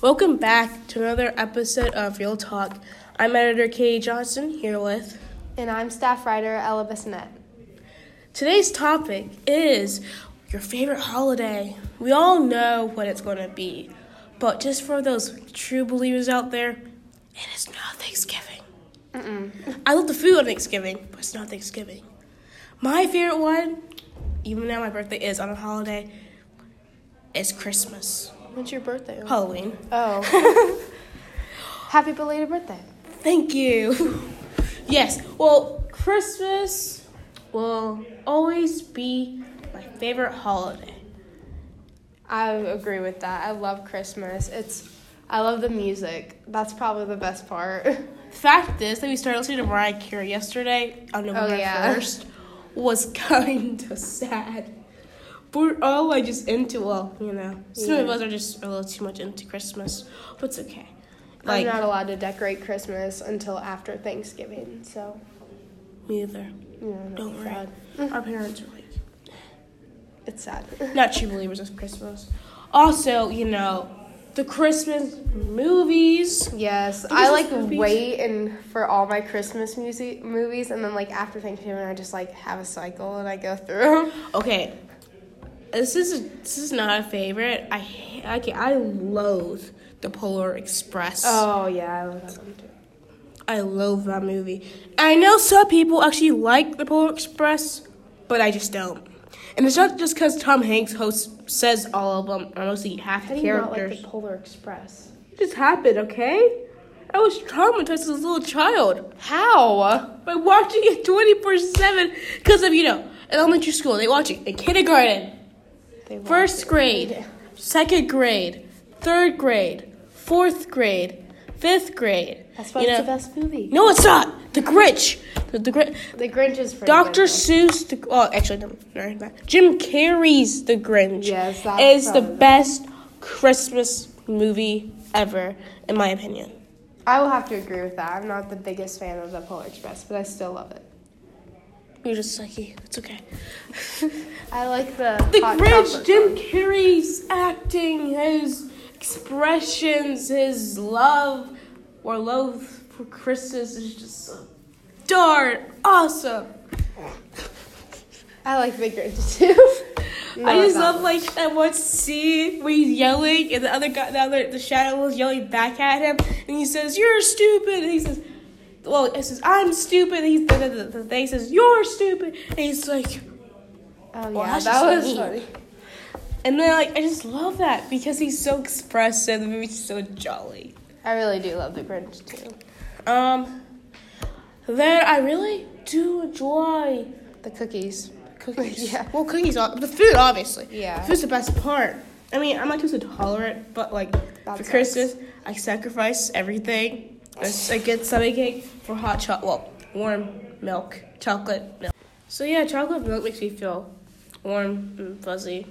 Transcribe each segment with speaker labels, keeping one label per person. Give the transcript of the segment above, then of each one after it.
Speaker 1: Welcome back to another episode of Real Talk. I'm editor Katie Johnson here with.
Speaker 2: And I'm staff writer Ella Bissonette.
Speaker 1: Today's topic is your favorite holiday. We all know what it's going to be, but just for those true believers out there, it is not Thanksgiving. I love the food on Thanksgiving, but it's not Thanksgiving. My favorite one, even now my birthday is on a holiday, is Christmas,
Speaker 2: When's your birthday?
Speaker 1: Halloween.
Speaker 2: Oh. Happy belated birthday.
Speaker 1: Thank you. yes. Well, Christmas will always be my favorite holiday.
Speaker 2: I agree with that. I love Christmas. It's I love the music. That's probably the best part.
Speaker 1: The fact is that we started listening to Mariah Carey yesterday on November
Speaker 2: Oh, yeah.
Speaker 1: 1st was kind of sad. We're all like just into, well, you know, some of
Speaker 2: Yeah.
Speaker 1: us are just a little too much into Christmas, but it's okay.
Speaker 2: I'm
Speaker 1: Like,
Speaker 2: not allowed to decorate Christmas until after Thanksgiving, so
Speaker 1: me either.
Speaker 2: you know, no,
Speaker 1: Don't
Speaker 2: it's
Speaker 1: worry.
Speaker 2: sad.
Speaker 1: Our parents are like,
Speaker 2: It's sad.
Speaker 1: not true believers of Christmas. Also, you know, the Christmas movies.
Speaker 2: Yes,
Speaker 1: These
Speaker 2: I
Speaker 1: are
Speaker 2: like
Speaker 1: movies.
Speaker 2: wait and for all my Christmas music movies, and then like after Thanksgiving, I just like have a cycle and I go through. 'em.
Speaker 1: Okay, this is this is not a favorite. I ha- I can, I loathe the Polar Express.
Speaker 2: Oh yeah, I love that one too.
Speaker 1: I loathe that movie. I know some people actually like the Polar Express, but I just don't. And it's not just because Tom Hanks hosts says all of them, or mostly half
Speaker 2: How
Speaker 1: the
Speaker 2: do you not
Speaker 1: characters.
Speaker 2: like the Polar Express?
Speaker 1: it just happened, okay? I was traumatized as a little child.
Speaker 2: How?
Speaker 1: by watching it 24 7 because of, you know, in elementary school. They watch it in kindergarten,
Speaker 2: They walk
Speaker 1: first
Speaker 2: it.
Speaker 1: grade, second grade, third grade, fourth grade, fifth grade.
Speaker 2: That's why
Speaker 1: you
Speaker 2: it's
Speaker 1: know-
Speaker 2: the best movie.
Speaker 1: No, it's not. The Grinch. The, the Grinch.
Speaker 2: The Grinch is pretty
Speaker 1: Dr.
Speaker 2: good,
Speaker 1: Seuss, the, oh, actually, no, no, no, Jim Carrey's The Grinch
Speaker 2: Yes, that's
Speaker 1: is the
Speaker 2: probably-
Speaker 1: best Christmas movie ever, in my opinion.
Speaker 2: though. I will have to agree with that. I'm not the biggest fan of the Polar Express, but I still love it.
Speaker 1: You're just lucky. It's okay.
Speaker 2: I like the
Speaker 1: The
Speaker 2: hot
Speaker 1: Grinch,
Speaker 2: chocolate
Speaker 1: Jim Carrey's acting, his expressions, his love or loathe for Christmas is just so darn awesome.
Speaker 2: one. I like the Grinch too.
Speaker 1: I
Speaker 2: Not
Speaker 1: just
Speaker 2: that
Speaker 1: love
Speaker 2: one.
Speaker 1: like that one scene where he's yelling and the other guy, the other, the shadow was yelling back at him, and he says, "You're stupid," and he says, "Well, it says I'm stupid." And he's the, the, the, the thing says, "You're stupid," and he's like.
Speaker 2: Oh yeah,
Speaker 1: Well, that's
Speaker 2: that
Speaker 1: just
Speaker 2: was
Speaker 1: me.
Speaker 2: funny.
Speaker 1: And then, like, I just love that because he's so expressive. The movie's so jolly.
Speaker 2: I really do love the Grinch too.
Speaker 1: Um, then I really do enjoy
Speaker 2: The cookies.
Speaker 1: cookies.
Speaker 2: Yeah.
Speaker 1: Well, cookies, ob- the food, obviously.
Speaker 2: Yeah.
Speaker 1: Food's the best part. I mean, I'm not too tolerant, but like
Speaker 2: That
Speaker 1: for
Speaker 2: sucks.
Speaker 1: Christmas, I sacrifice everything. I s- I get Sunday cake for hot chocolate, well, warm milk, chocolate milk. So yeah, chocolate milk makes me feel warm and fuzzy,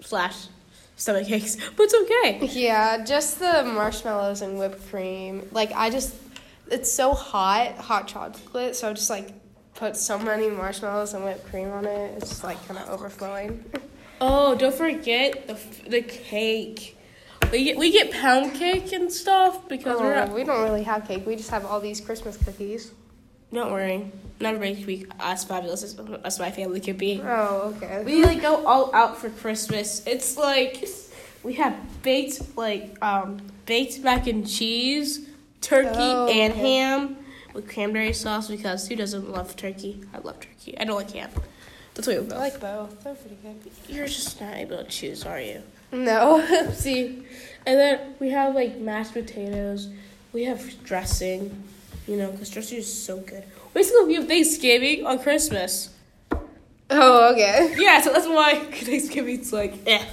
Speaker 1: slash stomach aches, but it's okay.
Speaker 2: Yeah, just the marshmallows and whipped cream. Like I just, it's so hot, hot chocolate. So I just like put so many marshmallows and whipped cream on it. It's just like kind of overflowing.
Speaker 1: Oh, don't forget the f- the cake. We get we get pound cake and stuff because we're
Speaker 2: Oh,
Speaker 1: not.
Speaker 2: we don't really have cake. We just have all these Christmas cookies.
Speaker 1: Don't worry, not everybody can be as fabulous as, as my family could be.
Speaker 2: Oh, okay.
Speaker 1: We like go all out for Christmas. It's like we have baked like um baked mac and cheese, turkey
Speaker 2: Oh,
Speaker 1: and
Speaker 2: okay.
Speaker 1: ham with cranberry sauce because who doesn't love turkey? I love turkey. I don't like ham. That's what we
Speaker 2: I
Speaker 1: go.
Speaker 2: like both. They're pretty good.
Speaker 1: You're just not able to choose, are you?
Speaker 2: No.
Speaker 1: See, and then we have like mashed potatoes. We have dressing, you know, because dressing is so good. Basically, we have Thanksgiving on Christmas.
Speaker 2: oh, okay.
Speaker 1: Yeah, so that's why Thanksgiving's like, eh.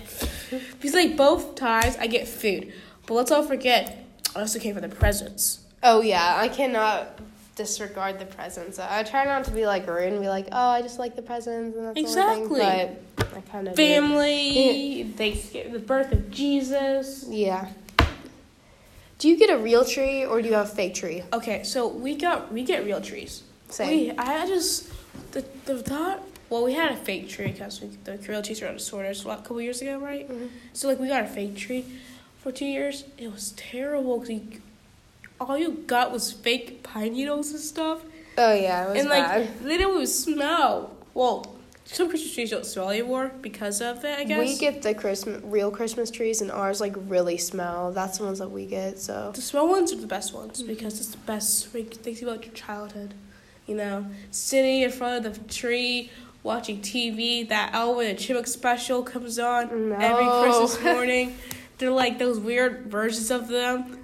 Speaker 1: Because like both times I get food, but let's all forget I also came for the presents.
Speaker 2: Oh yeah, I cannot disregard the presents. I try not to be like rude and be like, oh, I just like the presents and that's
Speaker 1: Exactly.
Speaker 2: the only thing. But I kind of
Speaker 1: Family, Thanksgiving, the birth of Jesus.
Speaker 2: Yeah. Do you get a real tree or do you have a fake tree?
Speaker 1: Okay, so we got we get real trees.
Speaker 2: Same.
Speaker 1: We, I just the the thought. Well, we had a fake
Speaker 2: Mm-hmm.
Speaker 1: tree because the real trees were out of sorters a lot- couple years ago, right? So like we got a fake tree, for two years. It was terrible because all you got was fake pine needles and stuff.
Speaker 2: Oh yeah, it was
Speaker 1: and like they didn't even smell. Well, some Christmas trees don't smell anymore because of it. I
Speaker 2: bad.
Speaker 1: guess
Speaker 2: We get the Christmas real Christmas trees, and ours like really smell. That's the ones that we get. So
Speaker 1: the small ones are the best ones because it's the best. Like, things about your childhood, you know, sitting in front of the tree. Watching TV, that Elwood and Chipmunk special comes on every
Speaker 2: No.
Speaker 1: Christmas morning. They're like those weird versions of them.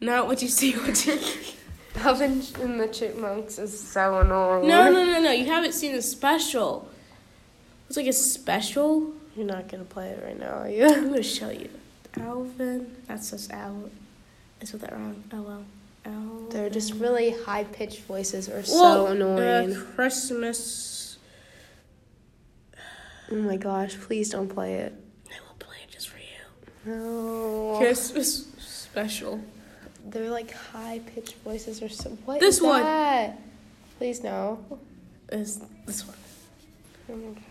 Speaker 1: Not what you see, what you
Speaker 2: Oven and the Chipmunks is so annoying.
Speaker 1: No, no, no, no. You haven't seen the special. It's like a special.
Speaker 2: You're not gonna play it right now, are you?
Speaker 1: I'm gonna show you. Alvin. That's just Al. I spelled that wrong. Oh well. Alvin.
Speaker 2: Their just really high pitched voices are
Speaker 1: Well,
Speaker 2: so annoying.
Speaker 1: Uh, Christmas.
Speaker 2: oh my gosh, please don't play it.
Speaker 1: I will play it just for you.
Speaker 2: No.
Speaker 1: Christmas special.
Speaker 2: They're like high pitched voices or so. What
Speaker 1: This
Speaker 2: is
Speaker 1: one.
Speaker 2: that? Please no.
Speaker 1: Is this one?
Speaker 2: Oh my God.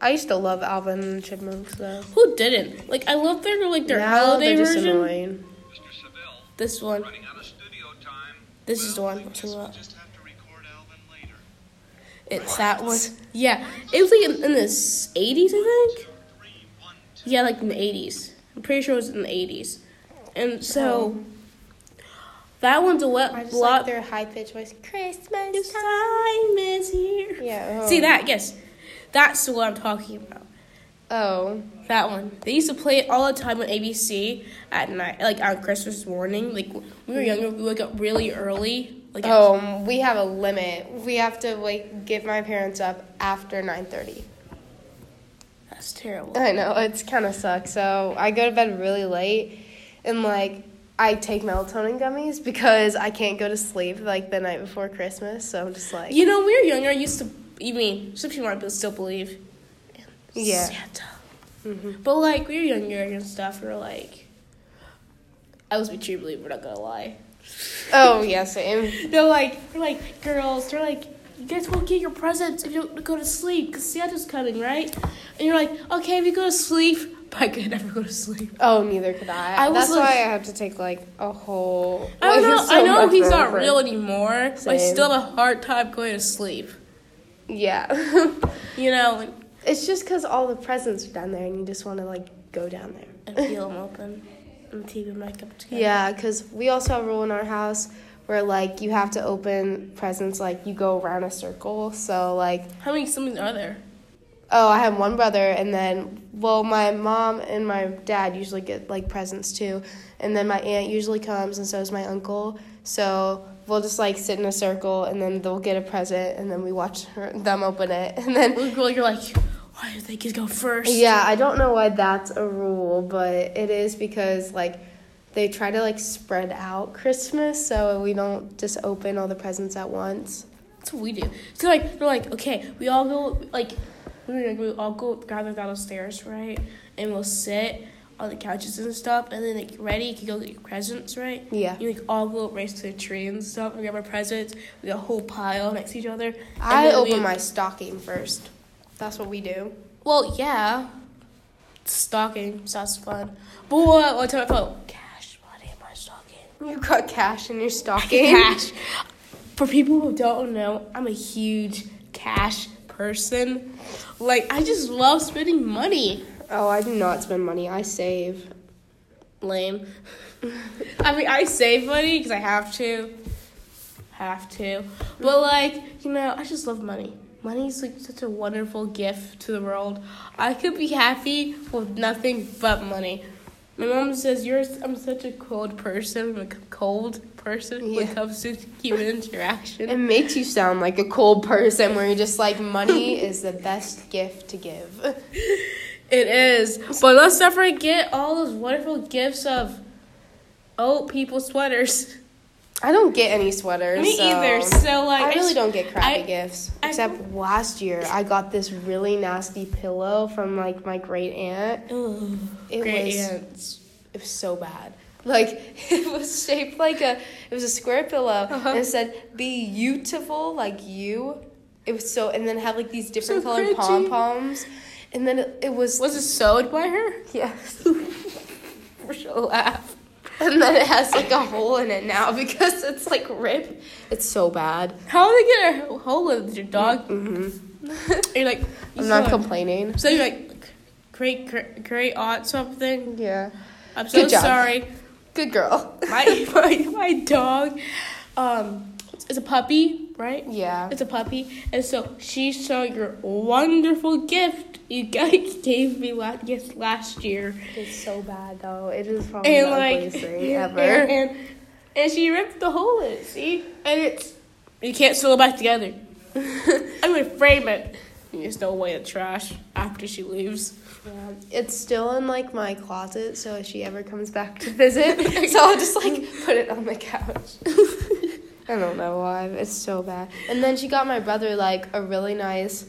Speaker 2: I used to love Alvin and the Chipmunks though.
Speaker 1: Who didn't? Like I love their like their
Speaker 2: Now
Speaker 1: holiday
Speaker 2: they're just
Speaker 1: version.
Speaker 2: annoying.
Speaker 3: Mr. Seville,
Speaker 1: This one.
Speaker 3: running out of studio time.
Speaker 1: This is the
Speaker 3: Well,
Speaker 1: one uh,
Speaker 3: I
Speaker 1: I'm
Speaker 3: guess
Speaker 1: talking
Speaker 3: we'll
Speaker 1: about.
Speaker 3: just have to record Alvin later.
Speaker 1: It's that one. Yeah, it was like in, in the s- 80s, I think.
Speaker 3: Three, one, two.
Speaker 1: Yeah, like in the eighties. I'm pretty sure it was in the eighties. And so that one's a
Speaker 2: Oh. I
Speaker 1: wet
Speaker 2: just
Speaker 1: block.
Speaker 2: like their high pitched voice.
Speaker 1: This
Speaker 2: Christmas. time.
Speaker 1: time is here.
Speaker 2: Yeah. oh.
Speaker 1: See that? Yes, that's the one I'm talking about.
Speaker 2: Oh.
Speaker 1: That one. They used to play it all the time on ABC at night, like on Christmas morning. Like when we were younger, we woke up really early. Like at-
Speaker 2: Oh, um, we have a limit. We have to like get my parents up after nine thirty.
Speaker 1: that's terrible.
Speaker 2: I know it's kind of sucks. So I go to bed really late, and like I take melatonin gummies because I can't go to sleep like the night before Christmas. So I'm just like,
Speaker 1: You know, when we were younger. I used to. You mean some people might still believe. in
Speaker 2: Yeah.
Speaker 1: Santa.
Speaker 2: Mhm.
Speaker 1: But like we were younger and stuff, we were like, I was a true believer. Not gonna lie.
Speaker 2: oh yeah, same.
Speaker 1: They're like, we're like girls. They're like, you guys won't get your presents if you don't go to sleep because Santa's coming, right? And you're like, okay, if you go to sleep, but I could never go to sleep.
Speaker 2: Oh, neither could I.
Speaker 1: I was
Speaker 2: That's why
Speaker 1: like-
Speaker 2: I have to take like a whole.
Speaker 1: I don't
Speaker 2: like,
Speaker 1: know.
Speaker 2: so
Speaker 1: I know
Speaker 2: much
Speaker 1: he's not
Speaker 2: over.
Speaker 1: real anymore. But I
Speaker 2: Same.
Speaker 1: still have a hard time going to sleep.
Speaker 2: Yeah,
Speaker 1: You know, like,
Speaker 2: it's just because all the presents are down there, and you just want to like go down there.
Speaker 1: and feel them open and keep your makeup together.
Speaker 2: Yeah, because we also have a rule in our house where like you have to open presents like you go around a circle. So like,
Speaker 1: How many siblings are there?
Speaker 2: oh, I have one brother, and then well, my mom and my dad usually get like presents too, and then my aunt usually comes, and so does my uncle. So we'll just like sit in a circle, and then they'll get a present, and then we watch her, them open it, and then.
Speaker 1: Like, well, you're like, why do they get to go first?
Speaker 2: Yeah, I don't know why that's a rule, but it is because like they try to like spread out Christmas so we don't just open all the presents at once.
Speaker 1: That's what we do. So like they're like, okay, we all go like we were- we all go gather downstairs, right? And we'll sit on the couches and stuff, and then like ready, you can go get your presents, right?
Speaker 2: Yeah.
Speaker 1: You like all go race to the tree and stuff, we grab our presents, we got a whole pile next to each other. and
Speaker 2: I
Speaker 1: then
Speaker 2: open
Speaker 1: we-
Speaker 2: my stocking first. That's what we do.
Speaker 1: Well, yeah. Stocking, sounds fun. But what one time I felt cash money in my stocking.
Speaker 2: You got cash in your stocking.
Speaker 1: Cash. For people who don't know, I'm a huge cash person. Like, I just love spending money.
Speaker 2: Oh, I do not spend money. I save.
Speaker 1: Lame. I mean, I save money because I have to. Have to. But, like, you know, I just love money. Money is like such a wonderful gift to the world. I could be happy with nothing but money. My mom says, "You're I'm such a cold person, like a cold person when
Speaker 2: Yeah.
Speaker 1: it comes to human interaction."
Speaker 2: It makes you sound like a cold person where you're just like money is the best gift to give.
Speaker 1: It is. But let's not forget all those wonderful gifts of old people sweaters.
Speaker 2: I don't get any sweaters.
Speaker 1: Me
Speaker 2: so-
Speaker 1: either. So like
Speaker 2: I really
Speaker 1: just-
Speaker 2: don't get crappy
Speaker 1: I-
Speaker 2: gifts.
Speaker 1: I-
Speaker 2: Except last year, I got this really nasty pillow from like my great aunt.
Speaker 1: Ugh,
Speaker 2: It
Speaker 1: great
Speaker 2: was
Speaker 1: aunts.
Speaker 2: it was so bad. Like it was shaped like a it was a square pillow and it said "Be beautiful like you." It was so and then it had like these different
Speaker 1: So
Speaker 2: colored
Speaker 1: cringy.
Speaker 2: pom poms, and then it, it was
Speaker 1: Was it sewed by her?
Speaker 2: yes. commercial laugh. And then it has like a hole in it now because it's like ripped. It's so bad.
Speaker 1: How are they get a hole in your dog? Are you like, you
Speaker 2: I'm not
Speaker 1: saw-
Speaker 2: complaining.
Speaker 1: So you're like, great, great, great aunt something.
Speaker 2: Yeah.
Speaker 1: I'm so
Speaker 2: Good job.
Speaker 1: sorry.
Speaker 2: Good girl.
Speaker 1: My, my my dog, um, is a puppy, right?
Speaker 2: Yeah.
Speaker 1: It's a puppy, and so she saw your wonderful gift you guys gave me last yes, last year,
Speaker 2: It's so bad though. It is probably
Speaker 1: and
Speaker 2: the
Speaker 1: like,
Speaker 2: ugliest thing ever.
Speaker 1: And, and and she ripped the hole in it, see, and it's you can't sew it back together. I'm gonna frame it. There's no way in trash after she leaves.
Speaker 2: Yeah. Um, It's still in like my closet, so if she ever comes back to visit, so I'll just like put it on the couch. I don't know why. but It's so bad. And then she got my brother like a really nice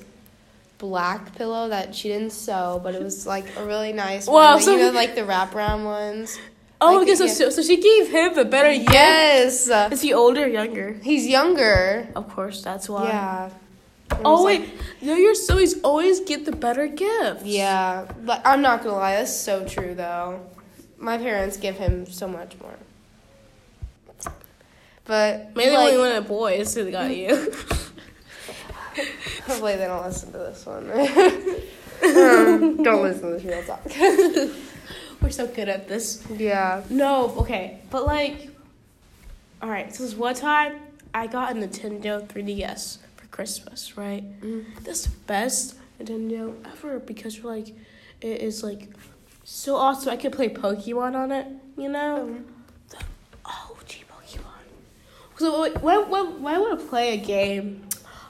Speaker 2: black pillow that she didn't sew, but it was like a really nice
Speaker 1: Wow,
Speaker 2: one. that-
Speaker 1: so-
Speaker 2: you know, like the wraparound ones.
Speaker 1: Oh,
Speaker 2: Like,
Speaker 1: okay, so,
Speaker 2: yeah.
Speaker 1: so so she gave him the better gift.
Speaker 2: Yes.
Speaker 1: Is he older, or younger?
Speaker 2: He's younger.
Speaker 1: Of course, that's why.
Speaker 2: Yeah. It was,
Speaker 1: Oh
Speaker 2: like,
Speaker 1: wait, no, you're so he's always get the better gift.
Speaker 2: Yeah, but I'm not gonna lie, that's so true though. My parents give him so much more. But
Speaker 1: Maybe
Speaker 2: like,
Speaker 1: when we went at boys who got you.
Speaker 2: hopefully they don't listen to this one. Um, don't listen to this real talk.
Speaker 1: We're so good at this.
Speaker 2: yeah.
Speaker 1: No, okay, but like, all right. So this one time, I got a Nintendo 3DS for Christmas, right? That's the best Nintendo ever because like, it is like so awesome. I could play Pokemon on it, you know. The OG Pokemon. So wh- when when when I want to play a game,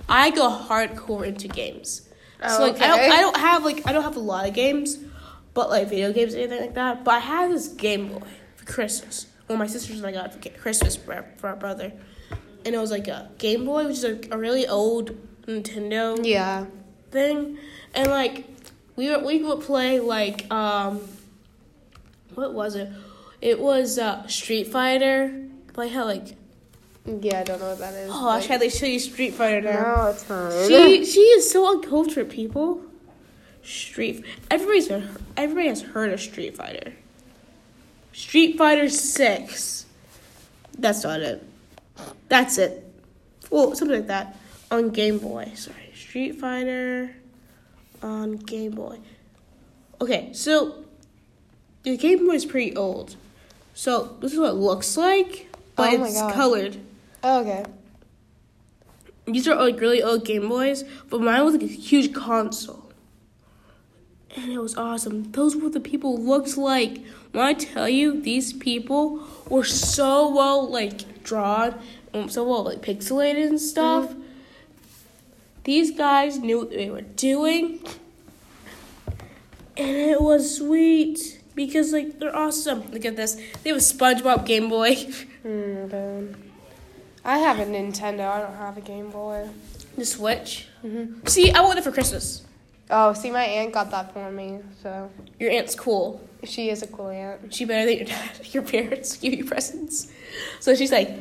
Speaker 1: I go hardcore into games. so like I
Speaker 2: Okay.
Speaker 1: don't I don't have like I don't have a lot of games, but like video games or anything like that. But I had this Game Boy for Christmas. Well, my sisters and I got it for ki- Christmas for our, for our brother, and it was like a Game Boy, which is like a really old Nintendo
Speaker 2: Yeah.
Speaker 1: thing, and like we were, we would play like um, what was it? It was uh, Street Fighter. Like how like
Speaker 2: Yeah, I don't know what that is.
Speaker 1: oh I should they show you Street Fighter now.
Speaker 2: no, it's not.
Speaker 1: She she is so uncultured, people. Street everybody's been, everybody has heard of Street Fighter. Street Fighter Six. That's not it. That's it. Well, something like that on Game Boy. Sorry, Street Fighter on Game Boy. Okay, so the Game Boy is pretty old. So this is what it looks like, but
Speaker 2: Oh my
Speaker 1: it's
Speaker 2: God.
Speaker 1: colored.
Speaker 2: oh, okay.
Speaker 1: These are like really old Game Boys, but mine was like a huge console. And it was awesome. Those were the people looked like. When I tell you, these people were so well like drawn, um, so well like pixelated and stuff. These guys knew what they were doing, and it was sweet because like they're awesome. Look at this. They have a SpongeBob Game Boy.
Speaker 2: Hmm, boom. I have a Nintendo. I don't have a Game Boy.
Speaker 1: The Switch. See, I want it for Christmas.
Speaker 2: Oh, see, my aunt got that for me, so
Speaker 1: Your aunt's cool.
Speaker 2: she is a cool aunt.
Speaker 1: she better than your dad, your parents give you presents. So she's like,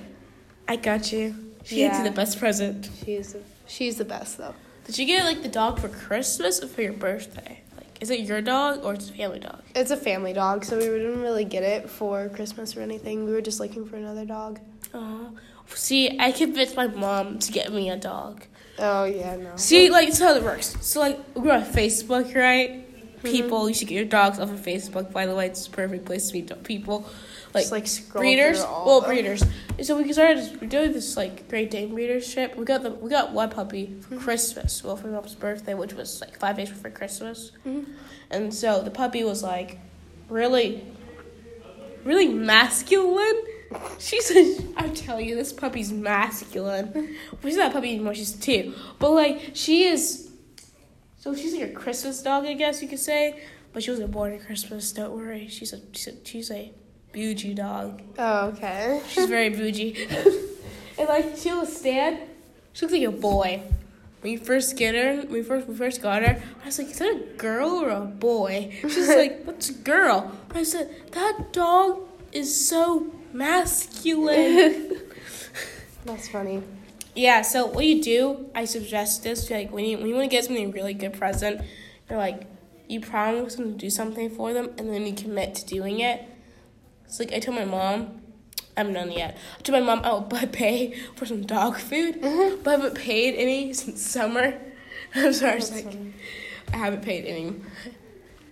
Speaker 1: I got you. She gets you
Speaker 2: Yeah.
Speaker 1: the best present.
Speaker 2: She is. The, she's the best though.
Speaker 1: Did you get like the dog for Christmas or for your birthday? Like, is it your dog or it's a family dog?
Speaker 2: It's a family dog, so we didn't really get it for Christmas or anything. We were just looking for another dog.
Speaker 1: Aw. See, I convinced my mom to get me a dog.
Speaker 2: Oh yeah, no.
Speaker 1: See, like, it's how it works. So, like, we're on Facebook, right? People, you should get your dogs off of Facebook. By the way, it's a perfect place to meet do- people. Like,
Speaker 2: Just, like, scroll
Speaker 1: breeders.
Speaker 2: through all
Speaker 1: Well,
Speaker 2: of them.
Speaker 1: breeders. And so we started we doing this like Great Dane breedership. We got the we got one puppy for
Speaker 2: Mm-hmm.
Speaker 1: Christmas. Well, for my mom's birthday, which was like five days before Christmas.
Speaker 2: Mm-hmm.
Speaker 1: And so the puppy was like really, really masculine. She said, I tell you, this puppy's masculine. She's not a puppy anymore, she's two. But like, she is. So she's like a Christmas dog, I guess you could say. But she wasn't born at Christmas, don't worry. She's a, she's a, she's a bougie dog.
Speaker 2: Oh okay.
Speaker 1: She's very bougie. and like she'll stand. She looks like a boy. When you first get her, when we first we first got her, I was like, is that a girl or a boy? She's like, what's a girl? I said, that dog is so masculine.
Speaker 2: That's funny.
Speaker 1: yeah, so what you do, I suggest this like when you when you want to get something a really good present, you're like you promise them to do something for them and then you commit to doing it. It's like I told my mom, I haven't done it yet. I told my mom I would buy pay for some dog food, but I haven't paid any since summer. I'm sorry, it's like, I haven't paid any.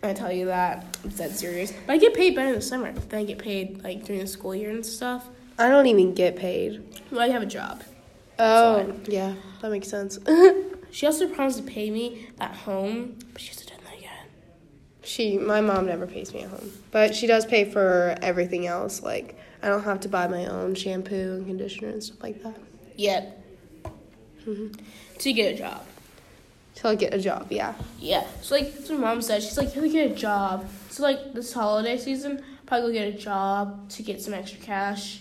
Speaker 1: I tell you that I'm dead serious. But I get paid better in the summer than I get paid like during the school year and stuff.
Speaker 2: I don't even get paid.
Speaker 1: Well, I have a job.
Speaker 2: Oh, yeah, that makes sense.
Speaker 1: She also promised to pay me at home, but she hasn't done that yet.
Speaker 2: she, my mom never pays me at home, but she does pay for everything else. Like, I don't have to buy my own shampoo and conditioner and stuff like that.
Speaker 1: Yep. Mm-hmm. To get a job.
Speaker 2: Till I get a job, yeah.
Speaker 1: Yeah. So like that's what my mom said. She's like, you get a job. So like this holiday season, probably go get a job to get some extra cash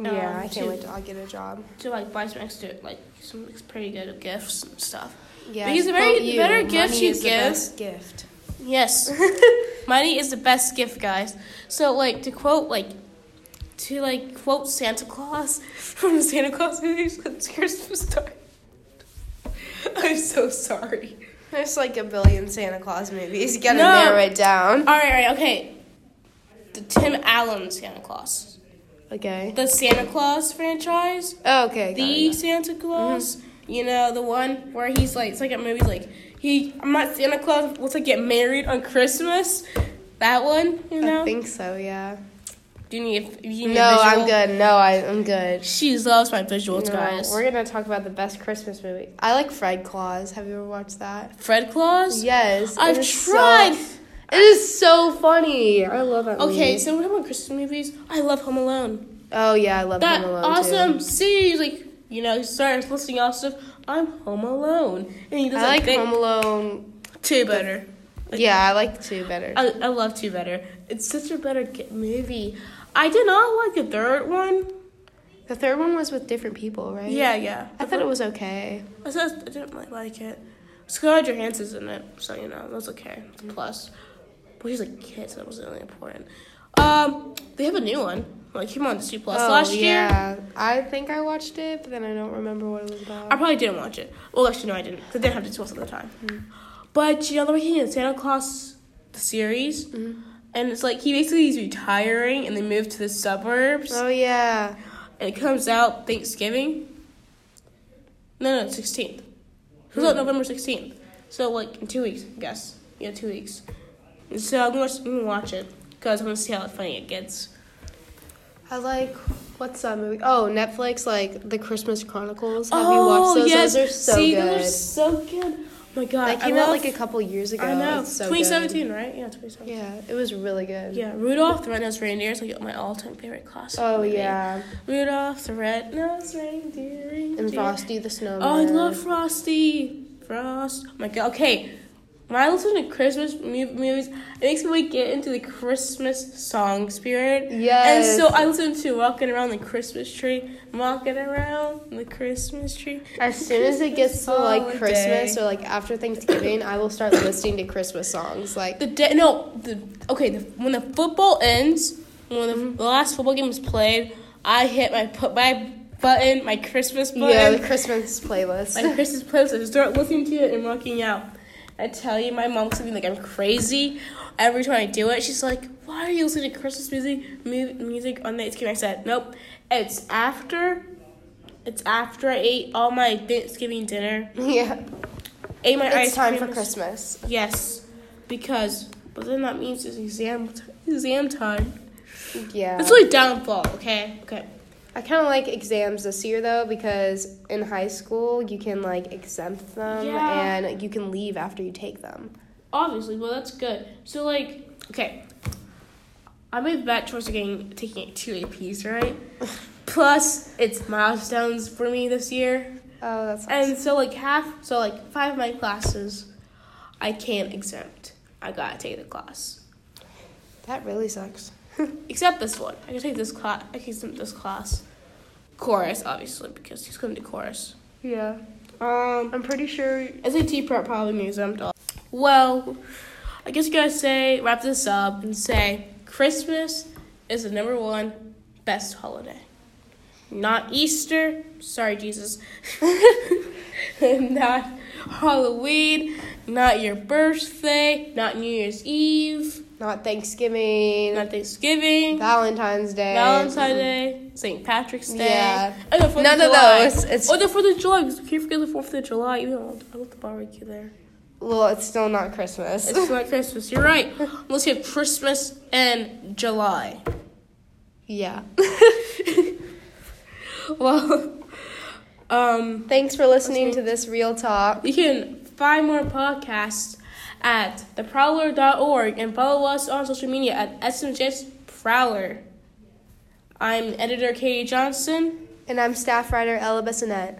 Speaker 2: yeah, I
Speaker 1: too.
Speaker 2: can't wait till I get a job.
Speaker 1: to like buy some extra like some pretty good gifts and stuff.
Speaker 2: Yeah,
Speaker 1: Because the very-
Speaker 2: quote
Speaker 1: the better gifts
Speaker 2: money
Speaker 1: you
Speaker 2: is the
Speaker 1: give-
Speaker 2: best gift.
Speaker 1: Yes. Money is the best gift, guys. So like to quote like to like quote Santa Claus from the Santa Claus movies it's Christmas time. I'm so sorry.
Speaker 2: There's like a billion Santa Claus movies. You gotta
Speaker 1: No.
Speaker 2: narrow it down.
Speaker 1: Alright, alright, okay. The Tim Allen Santa Claus.
Speaker 2: Okay.
Speaker 1: the Santa Claus franchise,
Speaker 2: Oh, okay. got
Speaker 1: the
Speaker 2: it.
Speaker 1: Santa Claus. You know the one where he's like, it's like a movie like he. I'm not Santa Claus. Let's like get married on Christmas. That one, you know.
Speaker 2: I think so. Yeah.
Speaker 1: Do you need? Do you need
Speaker 2: No,
Speaker 1: a
Speaker 2: I'm
Speaker 1: visual?
Speaker 2: good. No, I, I'm good.
Speaker 1: She loves my visuals,
Speaker 2: No,
Speaker 1: guys.
Speaker 2: We're gonna talk about the best Christmas movie. I like Fred Claus. Have you ever watched that?
Speaker 1: Fred Claus.
Speaker 2: Yes. it
Speaker 1: I've
Speaker 2: is so-
Speaker 1: tried.
Speaker 2: it is so funny. I love that.
Speaker 1: okay,
Speaker 2: movie.
Speaker 1: so we're talking about Christmas movies. I love Home Alone.
Speaker 2: Oh yeah, I love
Speaker 1: That
Speaker 2: Home Alone
Speaker 1: awesome
Speaker 2: too.
Speaker 1: series, like you know, he starts listing off stuff. I'm Home Alone, and he does
Speaker 2: I like
Speaker 1: thing-
Speaker 2: Home Alone.
Speaker 1: two better.
Speaker 2: Yeah, I like two better.
Speaker 1: I, I love two better. It's such a better g- movie. I did not like the third one.
Speaker 2: The third one was with different people, right?
Speaker 1: Yeah, yeah.
Speaker 2: I thought it was okay.
Speaker 1: I said I didn't really like it. Scarlett Johansson's in it, so you know that's okay. It's a plus, but she's like kid, so that wasn't really important. Um, they have a new one. Like came on Disney Plus last year.
Speaker 2: Oh, yeah. I think I watched it, but then I don't remember what it was about.
Speaker 1: I probably didn't watch it. Well, actually, no, I didn't. 'cause I didn't have Disney Plus at the time.
Speaker 2: Mm-hmm.
Speaker 1: But you know, they're making a Santa Claus the series,
Speaker 2: Mm-hmm.
Speaker 1: and it's like he basically is retiring, and they move to the suburbs.
Speaker 2: oh yeah.
Speaker 1: and it comes out Thanksgiving. No, no, sixteenth. It comes out November sixteenth. So like in two weeks, I guess. Yeah, two weeks. And so I'm gonna watch, I'm gonna watch it because I'm gonna see how funny it gets.
Speaker 2: I like what's that movie? Oh, Netflix, like The Christmas Chronicles. Have you watched those? Those are so
Speaker 1: Oh, see,
Speaker 2: good.
Speaker 1: those are so good. Oh my god,
Speaker 2: that came
Speaker 1: I love,
Speaker 2: out like a couple years ago.
Speaker 1: I know,
Speaker 2: It's so good.
Speaker 1: 2017, right? Yeah, 2017.
Speaker 2: Yeah, it was really good.
Speaker 1: Yeah, Rudolph the Red-Nosed Reindeer is like my all-time favorite classic.
Speaker 2: Oh
Speaker 1: movie.
Speaker 2: yeah,
Speaker 1: Rudolph the Red-Nosed Reindeer.
Speaker 2: and
Speaker 1: reindeer.
Speaker 2: Frosty the Snowman.
Speaker 1: Oh, I love Frosty. Frost. Oh my god. Okay. When I listen to Christmas mu- movies, it makes me like, get into the Christmas song spirit.
Speaker 2: Yes.
Speaker 1: And so I listen to Walking Around the Christmas Tree, Walking Around the Christmas Tree.
Speaker 2: As soon as it gets to like
Speaker 1: Holiday.
Speaker 2: Christmas or like after Thanksgiving, I will start listening to Christmas songs. Like
Speaker 1: The day, no, the okay, the, when the football ends, when the, the last football game is played, I hit my put my button, my Christmas button.
Speaker 2: yeah, the Christmas playlist.
Speaker 1: like Christmas playlist. I just start listening to it and walking out. I tell you, my mom's gonna be like, I'm crazy. Every time I do it, she's like, Why are you listening to Christmas music mu- music on Thanksgiving? I said, Nope. It's after. It's after I ate all my Thanksgiving dinner.
Speaker 2: yeah,
Speaker 1: Ate my ice
Speaker 2: it's time
Speaker 1: cream.
Speaker 2: for Christmas.
Speaker 1: Yes, because but then that means it's exam t- exam time.
Speaker 2: Yeah,
Speaker 1: That's really downfall. Okay, okay.
Speaker 2: I kind of like exams this year though because in high school you can like exempt them
Speaker 1: Yeah.
Speaker 2: and you can leave after you take them.
Speaker 1: Obviously, well, that's good. So, like, okay, I made that choice of getting taking two APs, right? Plus, it's milestones for me this year,
Speaker 2: Oh, that's awesome.
Speaker 1: and so like half, so like five of my classes, I can't exempt. I gotta take the class,
Speaker 2: that really sucks.
Speaker 1: except this one. I can take this class. I can exempt this class, chorus obviously because he's going to chorus.
Speaker 2: Yeah,
Speaker 1: Um,
Speaker 2: I'm pretty sure
Speaker 1: SAT prep probably means I'm done. Well, I guess you gotta say wrap this up and say Christmas is the number one best holiday. Not Easter, sorry Jesus. not Halloween, not your birthday, not New Year's Eve.
Speaker 2: Not Thanksgiving,
Speaker 1: Not Thanksgiving,
Speaker 2: Valentine's Day.
Speaker 1: Valentine's Day, St. Patrick's Day. Oh,
Speaker 2: Yeah.
Speaker 1: and the 4th
Speaker 2: None of
Speaker 1: July.
Speaker 2: those. It's-
Speaker 1: Or the 4th of July. 'cause Can't forget the 4th of July. You know, I want the barbecue there.
Speaker 2: Well, it's still not Christmas.
Speaker 1: It's not Christmas. You're right. Let's have Christmas and July.
Speaker 2: yeah.
Speaker 1: Well, um,
Speaker 2: Thanks for listening to this real talk.
Speaker 1: You can find more podcasts at theprowler.org and follow us on social media at SMJS Prowler. I'm editor Katie Johnson.
Speaker 2: And I'm staff writer Ella Bissonette.